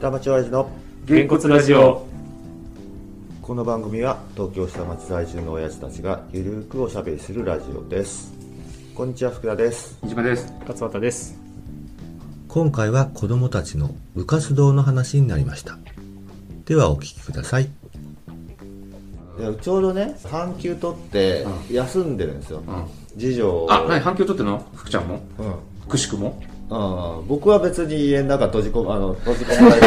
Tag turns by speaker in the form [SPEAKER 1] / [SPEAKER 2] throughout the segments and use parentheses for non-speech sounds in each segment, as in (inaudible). [SPEAKER 1] 下町大事の
[SPEAKER 2] げんこつラジオ
[SPEAKER 1] この番組は東京下町在住の親父たちがゆるーくおしゃべりするラジオですこんにちは福田です
[SPEAKER 2] 飯島です勝俣です
[SPEAKER 1] 今回は子供たちの部活動の話になりましたではお聞きくださいちょうどね半休取って休んでるんですよ、次女
[SPEAKER 2] あ何反響取ってんの福ちゃんも
[SPEAKER 1] うん
[SPEAKER 2] くしくも
[SPEAKER 1] うん僕は別に家の中閉じ込あの閉じ込まれて (laughs)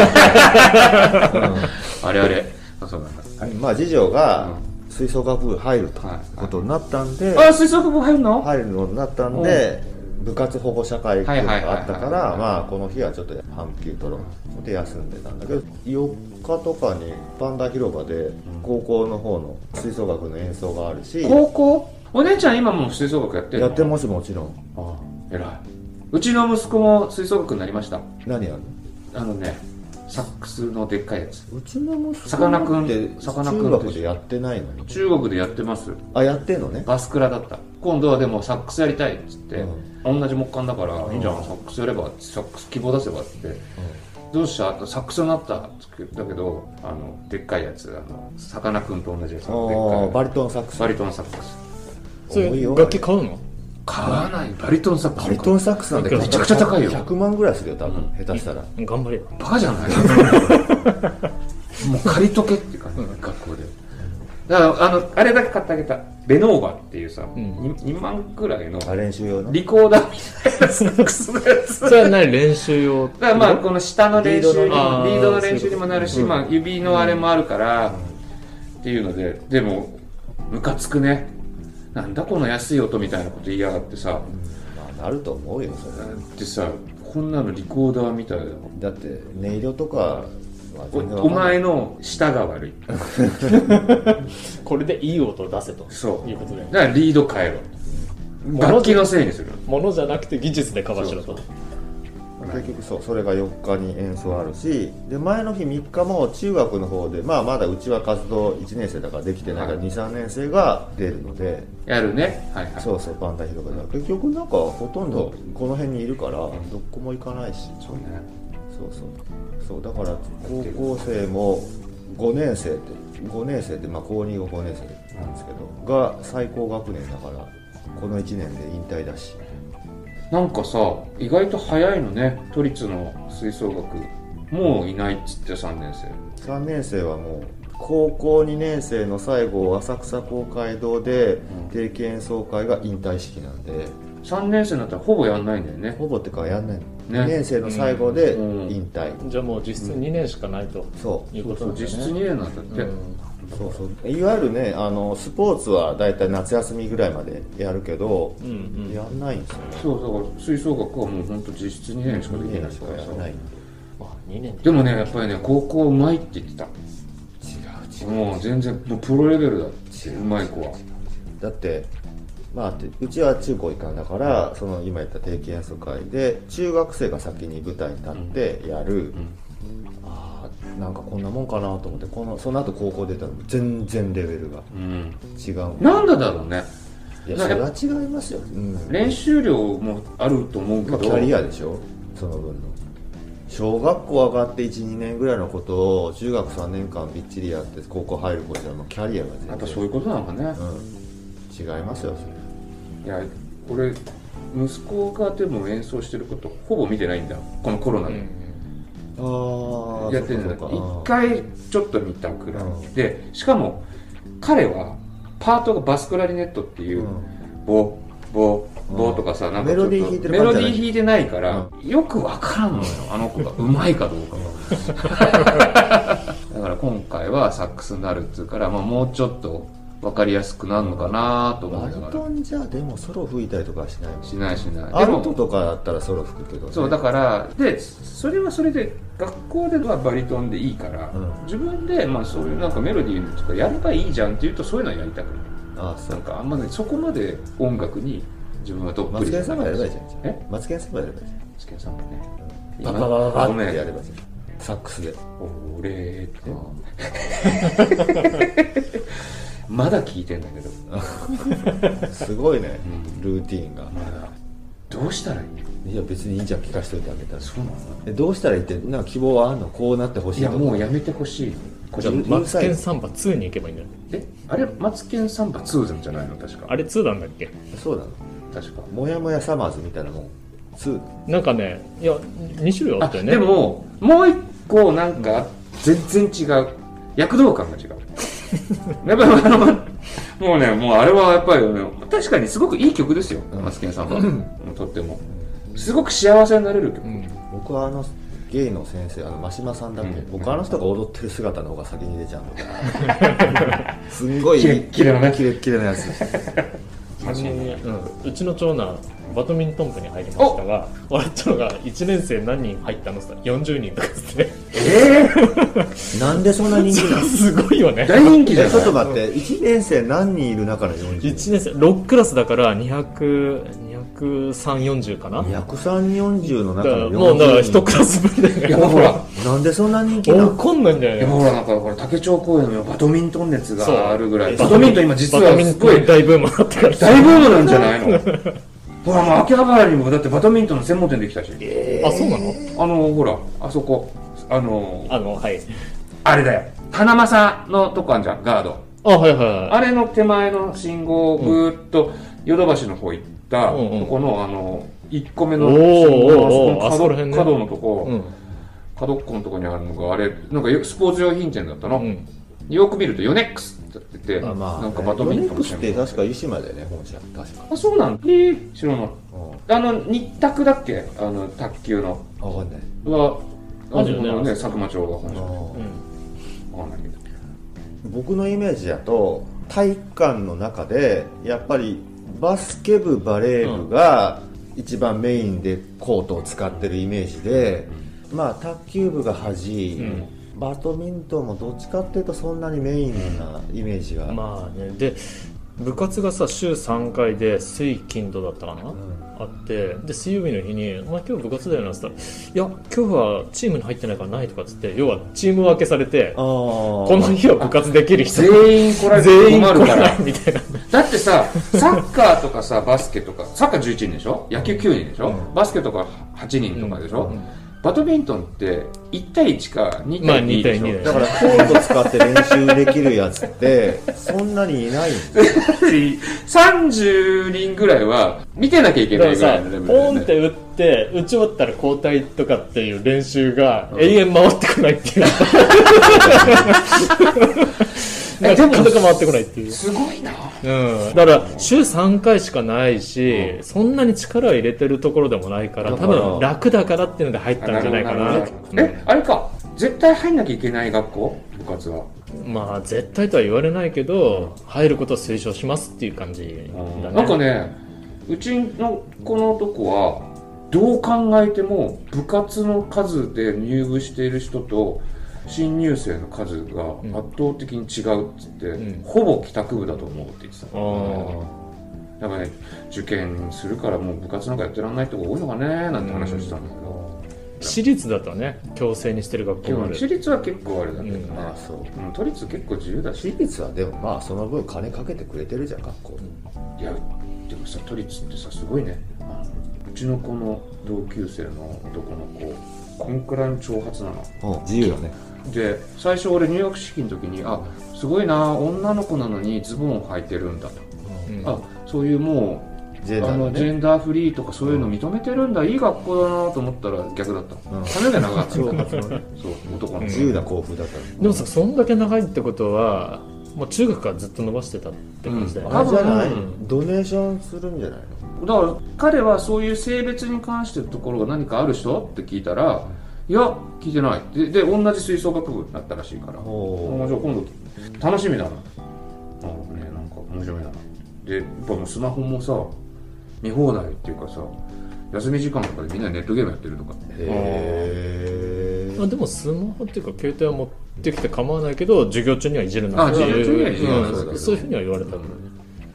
[SPEAKER 2] あれあれあそうなんだ
[SPEAKER 1] まあ次女が
[SPEAKER 2] う
[SPEAKER 1] 吹奏楽部入ると
[SPEAKER 2] はい
[SPEAKER 1] いうことになったんで、
[SPEAKER 2] あ水槽部入るの
[SPEAKER 1] 入るようになったんで、部活保護者会っていうのがあったか
[SPEAKER 2] はいはいはいは
[SPEAKER 1] ら、
[SPEAKER 2] い
[SPEAKER 1] まあこの日はちょっと半休取ろうで休んでたんだけど、4日とかにパンダ広場で高校の方の吹奏楽の演奏があるし、
[SPEAKER 2] 高校お姉ちゃん今もう吹奏楽やってる
[SPEAKER 1] やってますもちろん。
[SPEAKER 2] あ偉いうちの息子も吹奏楽になりました
[SPEAKER 1] 何やる
[SPEAKER 2] あのねサックスのでっかいやつ
[SPEAKER 1] のうちの息子
[SPEAKER 2] さかなクン
[SPEAKER 1] って
[SPEAKER 2] さかなクン
[SPEAKER 1] 中学でやってないのに。
[SPEAKER 2] 中国でやってます
[SPEAKER 1] あ、やってんのね。
[SPEAKER 2] バスクラだった今度はでもサックスやりたいっつって、
[SPEAKER 1] う
[SPEAKER 2] 同じ木管だから、
[SPEAKER 1] ん
[SPEAKER 2] いいんじゃんサックスやればサックス希望出せばっつって、どうしたサックスになったっつってだけどあのでっかいやつあのさかなクンと同じやつ
[SPEAKER 1] あ
[SPEAKER 2] ので
[SPEAKER 1] ー
[SPEAKER 2] っかい
[SPEAKER 1] バリトンサックス
[SPEAKER 2] バ。リトンサックス
[SPEAKER 3] それ
[SPEAKER 1] 重いよ
[SPEAKER 3] 楽器買うの
[SPEAKER 2] 買わないバリトンサックス
[SPEAKER 1] バリトンサックスなんて
[SPEAKER 2] めちゃくちゃ高いよ
[SPEAKER 1] 100万ぐらいするよ、多分、下手したら。
[SPEAKER 3] 頑張れよ
[SPEAKER 2] バカじゃないもう借りとけっていう感じ、学校でだからあのあれだけ買ってあげたベノーバっていうさ、
[SPEAKER 3] うん
[SPEAKER 2] に 2, 万くらいの
[SPEAKER 1] あ、練習用の。
[SPEAKER 2] リコーダーみたいなサックスのや
[SPEAKER 3] (laughs)
[SPEAKER 2] つ
[SPEAKER 3] それは何練習用
[SPEAKER 2] だからまあこの下の練習にもリ
[SPEAKER 1] リード
[SPEAKER 3] の
[SPEAKER 2] ードの練習にもなるし、
[SPEAKER 3] うん
[SPEAKER 2] まあ、指のあれもあるから、っていうのででもムカつくねなんだこの安い音みたいなこと言いやがってさ
[SPEAKER 1] まあ、なると思うよ、それ
[SPEAKER 2] だ。ってさこんなのリコーダーみたいな
[SPEAKER 1] だって音色とかは
[SPEAKER 2] お
[SPEAKER 1] 全然わ
[SPEAKER 2] お
[SPEAKER 1] かんない
[SPEAKER 2] 前の舌が悪い
[SPEAKER 3] これでいい音を出せと
[SPEAKER 2] そう
[SPEAKER 3] いうことで
[SPEAKER 2] だからリード変えろ楽器のせいにする
[SPEAKER 3] ものじゃなくて技術でカバーしろ
[SPEAKER 2] そう
[SPEAKER 3] と
[SPEAKER 2] そ
[SPEAKER 1] 結局そうそれが4日に演奏あるしで前の日3日も中学の方で、まあ、まだうちは活動1年生だからできてないから
[SPEAKER 2] はい
[SPEAKER 1] 23年生が出るので
[SPEAKER 2] やるねはいはい
[SPEAKER 1] そうそうパンダ広場では結局なんかほとんどこの辺にいるからどこも行かないし
[SPEAKER 2] そうね
[SPEAKER 1] そうそうそうだから高校生も5年生って5年生ってまあ高2が5年生なんですけどが最高学年だからこの1年で引退だし
[SPEAKER 2] なんかさ意外と早いのね都立の吹奏楽もういないっつって3年生
[SPEAKER 1] 3年生はもう高校2年生の最後浅草公会堂で
[SPEAKER 2] うん
[SPEAKER 1] 定期演奏会が引退式なんで
[SPEAKER 2] 3年生になったらほぼやんないんだよね
[SPEAKER 1] ほぼってかやんないの、
[SPEAKER 2] ね
[SPEAKER 1] 2年生の最後で
[SPEAKER 2] うん
[SPEAKER 1] 引退、
[SPEAKER 3] じゃあもう実質2年しかないと
[SPEAKER 1] そう
[SPEAKER 3] いうことなんだ
[SPEAKER 2] 実
[SPEAKER 3] ね
[SPEAKER 2] 質2年なんだって、
[SPEAKER 1] そうそういわゆるねあのスポーツは大体夏休みぐらいまでやるけど、
[SPEAKER 3] うんうん
[SPEAKER 1] やんないんですよね
[SPEAKER 2] そうだから吹奏楽はもう本当実質2年しかでき
[SPEAKER 1] 2
[SPEAKER 2] ない
[SPEAKER 1] 年
[SPEAKER 2] し
[SPEAKER 1] し
[SPEAKER 2] か
[SPEAKER 1] からやらないんで
[SPEAKER 3] まあ2年
[SPEAKER 2] でもねやっぱりね高校うまいって言ってた
[SPEAKER 1] 違
[SPEAKER 2] もう全然もうプロレベルだってうまい子は
[SPEAKER 1] だってまあてうちは中高一貫だからその今言った定期演奏会で中学生が先に舞台に立ってやる、
[SPEAKER 2] ん
[SPEAKER 1] ああなんかこんなもんかなと思ってこのその後高校出たら全然レベルが
[SPEAKER 2] うん
[SPEAKER 1] 違う
[SPEAKER 2] なんでだろうね
[SPEAKER 1] いや
[SPEAKER 2] な
[SPEAKER 1] それは違いますよ、うん
[SPEAKER 2] 練習量もあると思うけ
[SPEAKER 1] まあ
[SPEAKER 2] ど
[SPEAKER 1] キャリアでしょその分の小学校上がって12年ぐらいのことを中学3年間びっちりやって高校入る子じゃもうキャリアが全然
[SPEAKER 2] やっぱそういうことなのかね、
[SPEAKER 1] うん、違いますよそれ
[SPEAKER 2] いや俺息子がでも演奏してることほぼ見てないんだこのコロナ
[SPEAKER 3] う
[SPEAKER 2] で、
[SPEAKER 3] ん
[SPEAKER 1] ああ
[SPEAKER 2] やってるんだ一回ちょっと見たくらい、
[SPEAKER 1] うん
[SPEAKER 2] でしかも彼はパートがバスクラリネットっていう、ボボボとかさ、
[SPEAKER 1] うん
[SPEAKER 2] なんかちょっと
[SPEAKER 1] メロディー弾いてる
[SPEAKER 2] メ
[SPEAKER 1] 感
[SPEAKER 2] ロ
[SPEAKER 1] じじ
[SPEAKER 2] デ
[SPEAKER 1] ゃ
[SPEAKER 2] ィ
[SPEAKER 1] ない
[SPEAKER 2] ー弾いてないから、よくわからんのよあ
[SPEAKER 1] (laughs)
[SPEAKER 2] の子がうまいかどうかが (laughs) だから今回はサックスになるっつうから、まあ、もうちょっとわかりやすくなるのかなと思
[SPEAKER 1] バ
[SPEAKER 2] い
[SPEAKER 1] リ
[SPEAKER 2] なが
[SPEAKER 1] ト
[SPEAKER 2] ら
[SPEAKER 1] ンじゃでもソロ吹いたりとかはしないもん
[SPEAKER 2] しないしない
[SPEAKER 1] ア
[SPEAKER 2] で
[SPEAKER 1] ルト
[SPEAKER 2] も
[SPEAKER 1] とかだったらソロ吹くけど、ね、
[SPEAKER 2] そうだからでそれはそれで学校ではバリトンでいいから、
[SPEAKER 1] うん
[SPEAKER 2] 自分で、まあ、そういうなんかメロディーとかやればいいじゃんって言うとそういうのはやりたくない
[SPEAKER 1] あそ
[SPEAKER 2] な
[SPEAKER 1] うんか
[SPEAKER 2] かあんまねそこまで音楽に自分はどっぷ
[SPEAKER 1] マ
[SPEAKER 2] り
[SPEAKER 1] ツ
[SPEAKER 2] じ
[SPEAKER 1] ケ
[SPEAKER 2] ゃ
[SPEAKER 1] ン
[SPEAKER 2] な
[SPEAKER 1] サンバ
[SPEAKER 2] い
[SPEAKER 1] やればいいじゃんじゃ
[SPEAKER 2] え
[SPEAKER 1] んマツケンサンバやればいいじゃん
[SPEAKER 2] チキンさんもね
[SPEAKER 1] パパパパパ
[SPEAKER 2] ご
[SPEAKER 1] って
[SPEAKER 2] め
[SPEAKER 1] やれ
[SPEAKER 2] ん
[SPEAKER 1] ばいいじゃんサックスで
[SPEAKER 2] 俺とか (laughs) まだ聞いてんだけど
[SPEAKER 1] すごいね
[SPEAKER 2] うん
[SPEAKER 1] ルーティーンが
[SPEAKER 2] まだどうしたらいいの
[SPEAKER 1] いや別にいいじゃん聞かせといてあげたら
[SPEAKER 2] そうなの
[SPEAKER 1] えどうしたらいいってなんか希望はあんのこうなってほしい
[SPEAKER 2] いや
[SPEAKER 1] とか
[SPEAKER 2] もうやめてほしい
[SPEAKER 1] こ
[SPEAKER 3] じゃあ
[SPEAKER 1] イン
[SPEAKER 3] マツケ
[SPEAKER 1] イ
[SPEAKER 3] ン
[SPEAKER 1] ン
[SPEAKER 3] サンバ2に行けばいいんだよね
[SPEAKER 2] えあれマツケンサンバ2じゃないの確か
[SPEAKER 3] あれ2なんだっけ
[SPEAKER 1] そうなの
[SPEAKER 2] 確か
[SPEAKER 1] もやもやサマーズみたいなもん2
[SPEAKER 3] なんかねいや2種類あ
[SPEAKER 2] あ
[SPEAKER 3] ったよね
[SPEAKER 2] でももう一個なんか全然違う躍動感が
[SPEAKER 3] (laughs)
[SPEAKER 2] 違うやっぱりあのもうねもうあれはやっぱり、ね、確かにすごくいい曲ですよ、
[SPEAKER 1] うん
[SPEAKER 2] マツケンさんは、とってもすごく幸せになれる曲、
[SPEAKER 3] うん
[SPEAKER 1] 僕はあのゲイの先生あの真島さんだっけ、
[SPEAKER 2] うん
[SPEAKER 1] 僕あの人が踊ってる姿の方が先に出ちゃうのかな (laughs) すんごい
[SPEAKER 2] キレッキレのね
[SPEAKER 1] キレッキレなやつ
[SPEAKER 3] ちなみに、うんうちの長男バドミントン部に入りましたが笑っちゃうのが1年生何人入ったのさ40人とかです
[SPEAKER 2] (laughs)
[SPEAKER 3] ね
[SPEAKER 2] ええ
[SPEAKER 1] なんでそんな人気なの
[SPEAKER 3] すごいよね
[SPEAKER 2] 大人気じゃ
[SPEAKER 1] え
[SPEAKER 2] ない
[SPEAKER 1] ちょっと待って1年生何人いる中の40
[SPEAKER 3] 1年生6クラスだから200230かな
[SPEAKER 1] 240の
[SPEAKER 3] だ
[SPEAKER 1] 中
[SPEAKER 3] から
[SPEAKER 1] の40人
[SPEAKER 3] もうだから1クラス分だ
[SPEAKER 2] いや
[SPEAKER 3] よ
[SPEAKER 2] も
[SPEAKER 3] ね
[SPEAKER 2] うほら
[SPEAKER 1] なんでそんな人気なの
[SPEAKER 3] 怒んないんじゃない
[SPEAKER 2] でもほらなんかこれ竹町公園のバドミントン熱
[SPEAKER 3] そう
[SPEAKER 2] があるぐらいバドミントン今実
[SPEAKER 3] バ
[SPEAKER 2] は
[SPEAKER 3] ドミ
[SPEAKER 2] す
[SPEAKER 3] ント
[SPEAKER 2] ごい
[SPEAKER 3] ン大ブームだったから
[SPEAKER 2] 大ブームなんじゃないのほらもう秋葉原にもだってバドミントンの専門店できたし
[SPEAKER 3] あそうなの
[SPEAKER 2] あのほらあそこあの
[SPEAKER 3] あのはい
[SPEAKER 2] あれだよ花正のとこあんじゃんガード
[SPEAKER 3] あはいはい
[SPEAKER 2] あれの手前の信号をぐーっとヨドバシの方行った、
[SPEAKER 3] うんうん
[SPEAKER 2] ここのあの1個目の
[SPEAKER 3] おー
[SPEAKER 2] 信号
[SPEAKER 3] おーおー
[SPEAKER 2] あ
[SPEAKER 3] あ
[SPEAKER 2] そ
[SPEAKER 3] そこ
[SPEAKER 2] この
[SPEAKER 3] ら
[SPEAKER 2] 角,、
[SPEAKER 3] 辺ね
[SPEAKER 2] 角のとこ、
[SPEAKER 3] うん
[SPEAKER 2] 角っこのとこにあるのがあれなんかよスポーツ用品店だったの、
[SPEAKER 3] うん
[SPEAKER 2] よく見るとヨネックスって言ってて
[SPEAKER 1] あまあ
[SPEAKER 2] なんかバドミン
[SPEAKER 1] ヨ
[SPEAKER 2] ト
[SPEAKER 1] ネ
[SPEAKER 2] ン
[SPEAKER 1] ックスって確か湯島だよね本社確か
[SPEAKER 2] あそうなんだえー、知らない
[SPEAKER 1] うん
[SPEAKER 2] あの日卓だっけあの卓球の
[SPEAKER 1] 分かんない
[SPEAKER 2] はあ
[SPEAKER 3] あ
[SPEAKER 2] そ
[SPEAKER 3] るよ
[SPEAKER 2] こ
[SPEAKER 3] ね
[SPEAKER 2] のね佐久間町が本
[SPEAKER 1] う
[SPEAKER 2] 社
[SPEAKER 1] ん
[SPEAKER 2] わかんないけど
[SPEAKER 1] 僕のイメージだと体育館の中でやっぱりバスケ部バレー部が一番メインでコートを使ってるイメージで、まあ卓球部が端、バドミントンもどっちかっていうとそんなにメインなイメージが、
[SPEAKER 3] うんまあねで部活がさ週3回で水金土だったかな、
[SPEAKER 1] うん
[SPEAKER 3] あってで水曜日の日に「お前今日部活だよな」っつったら「いや今日はチームに入ってないからない」とかっつって要はチーム分けされて
[SPEAKER 1] あー
[SPEAKER 3] この日は部活できる人
[SPEAKER 2] 全員来られ
[SPEAKER 3] 全
[SPEAKER 2] て
[SPEAKER 3] 員
[SPEAKER 2] 困
[SPEAKER 3] 来
[SPEAKER 2] るか
[SPEAKER 3] な
[SPEAKER 2] ら
[SPEAKER 3] いみたいな
[SPEAKER 2] だってさサッカーとかさバスケとかサッカー11人でしょ野球9人でしょ、
[SPEAKER 1] うん
[SPEAKER 2] バスケとか8人とかでしょ、
[SPEAKER 3] うん
[SPEAKER 2] バドミントンって1対1か2
[SPEAKER 3] まあ
[SPEAKER 2] 対2でしょ、
[SPEAKER 3] 2対2
[SPEAKER 1] だからコート使って練習できるやつってそんなにいない
[SPEAKER 2] (laughs) 30人ぐらいは見てなきゃいけ
[SPEAKER 3] だか
[SPEAKER 2] な
[SPEAKER 3] ら
[SPEAKER 2] いぐら
[SPEAKER 3] さ
[SPEAKER 2] いのレベル
[SPEAKER 3] ポンっ
[SPEAKER 2] で、ね、
[SPEAKER 3] て打って打ち終わったら交代とかっていう練習が永遠回ってこない
[SPEAKER 2] (laughs)
[SPEAKER 3] っていうな
[SPEAKER 2] えでも
[SPEAKER 3] かなか回ってこないっていう
[SPEAKER 2] すごいな
[SPEAKER 3] うん、だから週3回しかないし、そんなに力を入れてるところでもないから
[SPEAKER 1] だか
[SPEAKER 3] 多
[SPEAKER 1] ら
[SPEAKER 3] 分楽だからっていうので入ったんじゃないかな
[SPEAKER 2] るほどねえあれか絶対入んなきゃいけない学校部活は
[SPEAKER 3] うんまあ絶対とは言われないけど入ることを推奨しますっていう感じだね
[SPEAKER 2] なんかねうちのこのとこはどう考えても部活の数で入部している人と新入生の数が
[SPEAKER 3] ん
[SPEAKER 2] 圧倒的に違うっつって、
[SPEAKER 3] うん
[SPEAKER 2] ほぼ帰宅部だと思うって言ってた
[SPEAKER 3] あー
[SPEAKER 2] だからね受験するからもう部活なんかやってらんない人が多いのかねなんて話をしてたんだけど、
[SPEAKER 3] 私立だとね強制にしてる学校
[SPEAKER 2] 基
[SPEAKER 3] もあ
[SPEAKER 2] 本
[SPEAKER 3] る
[SPEAKER 2] 私立は結構あれだけどね、
[SPEAKER 3] うん
[SPEAKER 1] まあそう
[SPEAKER 2] うん都立結構自由だし
[SPEAKER 1] 私立はでもまあその分金かけてくれてるじゃん学校に
[SPEAKER 2] いやでもさ都立ってさすごいねあのうちの子の同級生の男の子こんくらいの挑発なの
[SPEAKER 1] うん自由だね
[SPEAKER 2] で最初俺入学式の時にあすごいな女の子なのにズボンを履いてるんだと、
[SPEAKER 3] うん
[SPEAKER 2] あそういうも
[SPEAKER 1] ジ
[SPEAKER 2] う
[SPEAKER 1] ェンダ
[SPEAKER 2] あ
[SPEAKER 1] ーの
[SPEAKER 2] のジ
[SPEAKER 1] ね
[SPEAKER 2] ェンダーフリーとかそういうの認めてるんだ、いい学校だなと思ったら逆だった、
[SPEAKER 1] うん
[SPEAKER 2] 髪の毛長かった
[SPEAKER 1] そう
[SPEAKER 2] そう
[SPEAKER 1] そうね
[SPEAKER 2] 男の子、
[SPEAKER 1] 自由な校風だから
[SPEAKER 3] でもさそんだけ長いってことはもう中学からずっと伸ばしてたって感じだよね、
[SPEAKER 1] あれじゃないうドネーションするんじゃない
[SPEAKER 2] だから彼はそういう性別に関してのところが何かある人って聞いたらいや聞いてないでで同じ吹奏楽部になったらしいか
[SPEAKER 1] の
[SPEAKER 2] らおーじゃあ今度楽しみだなあねなんか面白いなでやっぱもうスマホもさ見放題っていうかさ休み時間とかでみんなでネットゲームやってるとか
[SPEAKER 1] へ
[SPEAKER 3] あでもスマホっていうか携帯は持ってきて構わないけど授業中にはいじるな
[SPEAKER 2] あ授業中にはいじるな
[SPEAKER 3] うん
[SPEAKER 2] そうだけど
[SPEAKER 3] そういうふうには言われたんだね、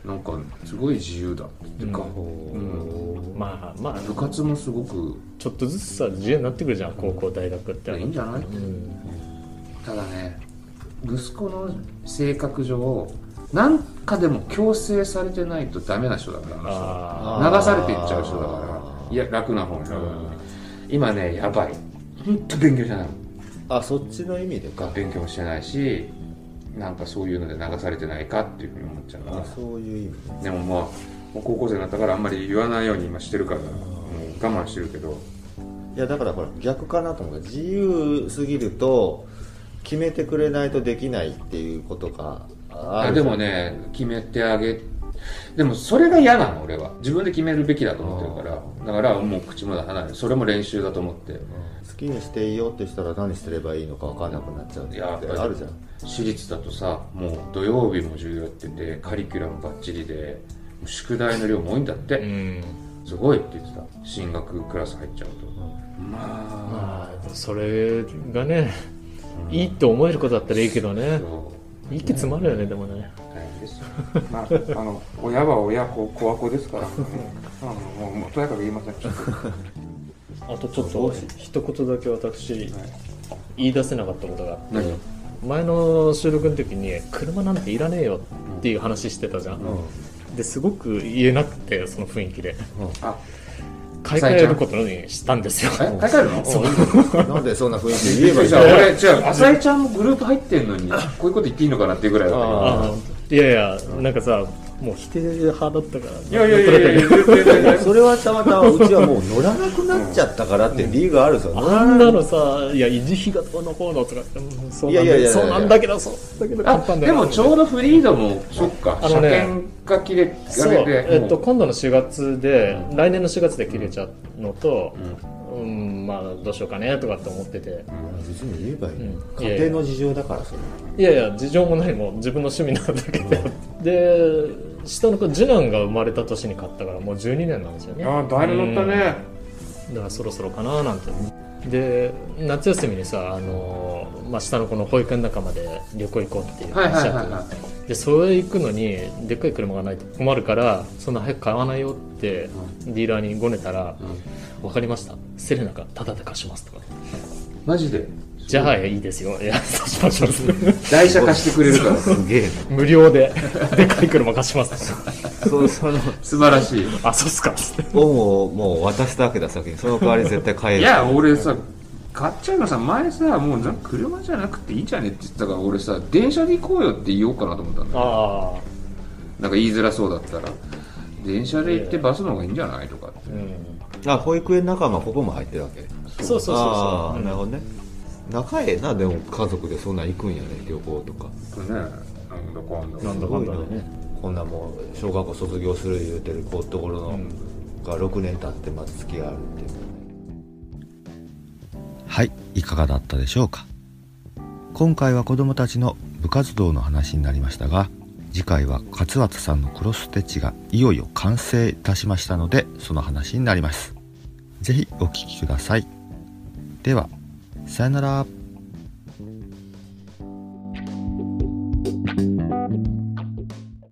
[SPEAKER 2] なんかすごい自由だっていうか、
[SPEAKER 1] ー
[SPEAKER 3] まあまあ
[SPEAKER 2] 部活もすごく
[SPEAKER 3] ちょっとずつさ自由になってくるじゃん高校大学って、
[SPEAKER 2] いいんじゃない
[SPEAKER 3] うん
[SPEAKER 2] ただね息子の性格上何かでも強制されてないとダメな人だからあの人
[SPEAKER 3] あ
[SPEAKER 2] 流されていっちゃう人だからいや楽な方ね、今ねやばい本当勉強してない
[SPEAKER 1] あそっちの意味で
[SPEAKER 2] が
[SPEAKER 1] か
[SPEAKER 2] 勉強もしてないしなんかそういうので流されてないかっていうふうに思っちゃう
[SPEAKER 1] あ
[SPEAKER 2] な
[SPEAKER 1] そういう意味ね
[SPEAKER 2] でもまあもう高校生になったからあんまり言わないように今してるからもう我慢してるけど
[SPEAKER 1] いやだからほら逆かなと思う自由すぎると決めてくれないとできないっていうことがあ
[SPEAKER 2] あ
[SPEAKER 1] る
[SPEAKER 2] でもね決めてあげでもそれが嫌なの俺は自分で決めるべきだと思ってるからだからもう口も出さないそれも練習だと思って
[SPEAKER 1] 好きにしていいよってしたら何すればいいのか分かんなくなっちゃうって
[SPEAKER 2] いややっぱり
[SPEAKER 1] あるじゃん
[SPEAKER 2] 私立だとさもう土曜日も授業やっててカリキュラムばっちりで宿題の量も多いんだって、
[SPEAKER 3] うん
[SPEAKER 2] すごいって言ってた進学クラス入っちゃうと、ま
[SPEAKER 3] まあそれがねいいって思えることだったらいいけど
[SPEAKER 2] あ
[SPEAKER 3] ね
[SPEAKER 2] そう
[SPEAKER 3] いいって詰まるよねでもね
[SPEAKER 2] 大変ですよ、 (laughs) まあ、あの親は親子子は子です (laughs) から、あのもうとやかく言いませんちょっと、
[SPEAKER 3] あとちょっと一言だけ私言い出せなかったことがあって
[SPEAKER 2] 何を
[SPEAKER 3] 前の収録の時に車なんていらねえよっていう話してたじゃん、ですごく言えなくてその雰囲気で
[SPEAKER 2] あ
[SPEAKER 3] 買い替えることにしたんですよ
[SPEAKER 2] え書いてあるの
[SPEAKER 1] そうなんでそんな雰囲気言えばいい
[SPEAKER 2] じ
[SPEAKER 1] じ
[SPEAKER 2] ゃ
[SPEAKER 1] ゃ
[SPEAKER 2] あ
[SPEAKER 1] ん
[SPEAKER 2] (laughs) 俺違う浅井ちゃんもグループ入ってんのにこういうこと言っていいのかなっていうぐらいだった
[SPEAKER 1] あ
[SPEAKER 2] よ
[SPEAKER 3] ああいやいやなんかさもう否定派だったから
[SPEAKER 2] いやいやいやいやグループ入って
[SPEAKER 1] それはたまたまうちはもう乗らなくなっちゃったからっていう理由があるんですよ、
[SPEAKER 3] あんなのさ、いや、維持費がどうのこうのとか、うんそうなん
[SPEAKER 1] いやいやいやい
[SPEAKER 3] だ
[SPEAKER 1] や
[SPEAKER 3] そうなんだけど、そうだけど、
[SPEAKER 2] あ
[SPEAKER 3] 簡単だ
[SPEAKER 2] で
[SPEAKER 3] よ
[SPEAKER 2] もちょうどフリードもそっか
[SPEAKER 3] あ
[SPEAKER 2] 車
[SPEAKER 3] のね
[SPEAKER 2] 検が切れ
[SPEAKER 3] そ
[SPEAKER 2] ら
[SPEAKER 3] う、
[SPEAKER 2] れて
[SPEAKER 3] えっと、
[SPEAKER 2] も
[SPEAKER 3] 今度の4月で、来年の4月で切れちゃうのと
[SPEAKER 2] う、うん
[SPEAKER 3] うん、まあ、どうしようかねとかって思ってて、
[SPEAKER 1] 別に言えばいい、
[SPEAKER 3] うん
[SPEAKER 1] 家庭の事情だからそれ
[SPEAKER 3] いやいや、事情も何も自分の趣味なんだけど、で、下の子、次男が生まれた年に買ったから、もう12年なんですよね。
[SPEAKER 2] あだいぶ乗ったね
[SPEAKER 3] だからそろそろかななんてで夏休みにさあのー、まあ、下の子の保育園仲間で旅行行こうっていう
[SPEAKER 2] はいはい
[SPEAKER 3] 話
[SPEAKER 2] は
[SPEAKER 3] だ
[SPEAKER 2] い
[SPEAKER 3] っ
[SPEAKER 2] は
[SPEAKER 3] たのでそれ行くのにでっかい車がないと困るからそんな早く買わないよってディーラーにごねたら
[SPEAKER 2] うん
[SPEAKER 3] 「分かりましたセレナがタダで貸します」とか
[SPEAKER 2] マジで
[SPEAKER 3] 「じゃあいいですよいやそうしましょう」
[SPEAKER 2] 台車貸してくれるから
[SPEAKER 1] すげえ
[SPEAKER 3] 無料ででっかい車貸します」
[SPEAKER 4] そうその
[SPEAKER 2] 素晴らしい
[SPEAKER 3] あそうっすか」つって
[SPEAKER 4] 恩をもう渡したわけだ先にその代わり絶対買え
[SPEAKER 2] い
[SPEAKER 4] る
[SPEAKER 2] や俺さ買っちゃえばさ前さもうなんか車じゃなくていいんじゃねって言ってたから俺さ電車で行こうよって言おうかなと思ったんだよ
[SPEAKER 3] ああ
[SPEAKER 2] なんか言いづらそうだったら電車で行ってバスの方がいいんじゃないとかって
[SPEAKER 3] うん
[SPEAKER 4] あ保育園仲間ここも入ってるわけ
[SPEAKER 3] そうそうそう
[SPEAKER 4] あ
[SPEAKER 3] そ
[SPEAKER 4] あ
[SPEAKER 3] う
[SPEAKER 4] なるほどね仲ええなでも家族でそんなん行くんやね旅行とか
[SPEAKER 2] これねなんだかんだ
[SPEAKER 3] なん
[SPEAKER 4] す
[SPEAKER 3] だか
[SPEAKER 4] ご
[SPEAKER 3] ん
[SPEAKER 4] い
[SPEAKER 3] だ
[SPEAKER 4] な
[SPEAKER 3] でね
[SPEAKER 4] こんなもう小学校卒業する言うてる子ところの、が6年経ってまだ付き合うっていう
[SPEAKER 1] はいいかがだったでしょうか今回は子どもたちの部活動の話になりましたが次回は勝俣さんのクロスステッチがいよいよ完成いたしましたのでその話になります是非お聴きくださいではさよなら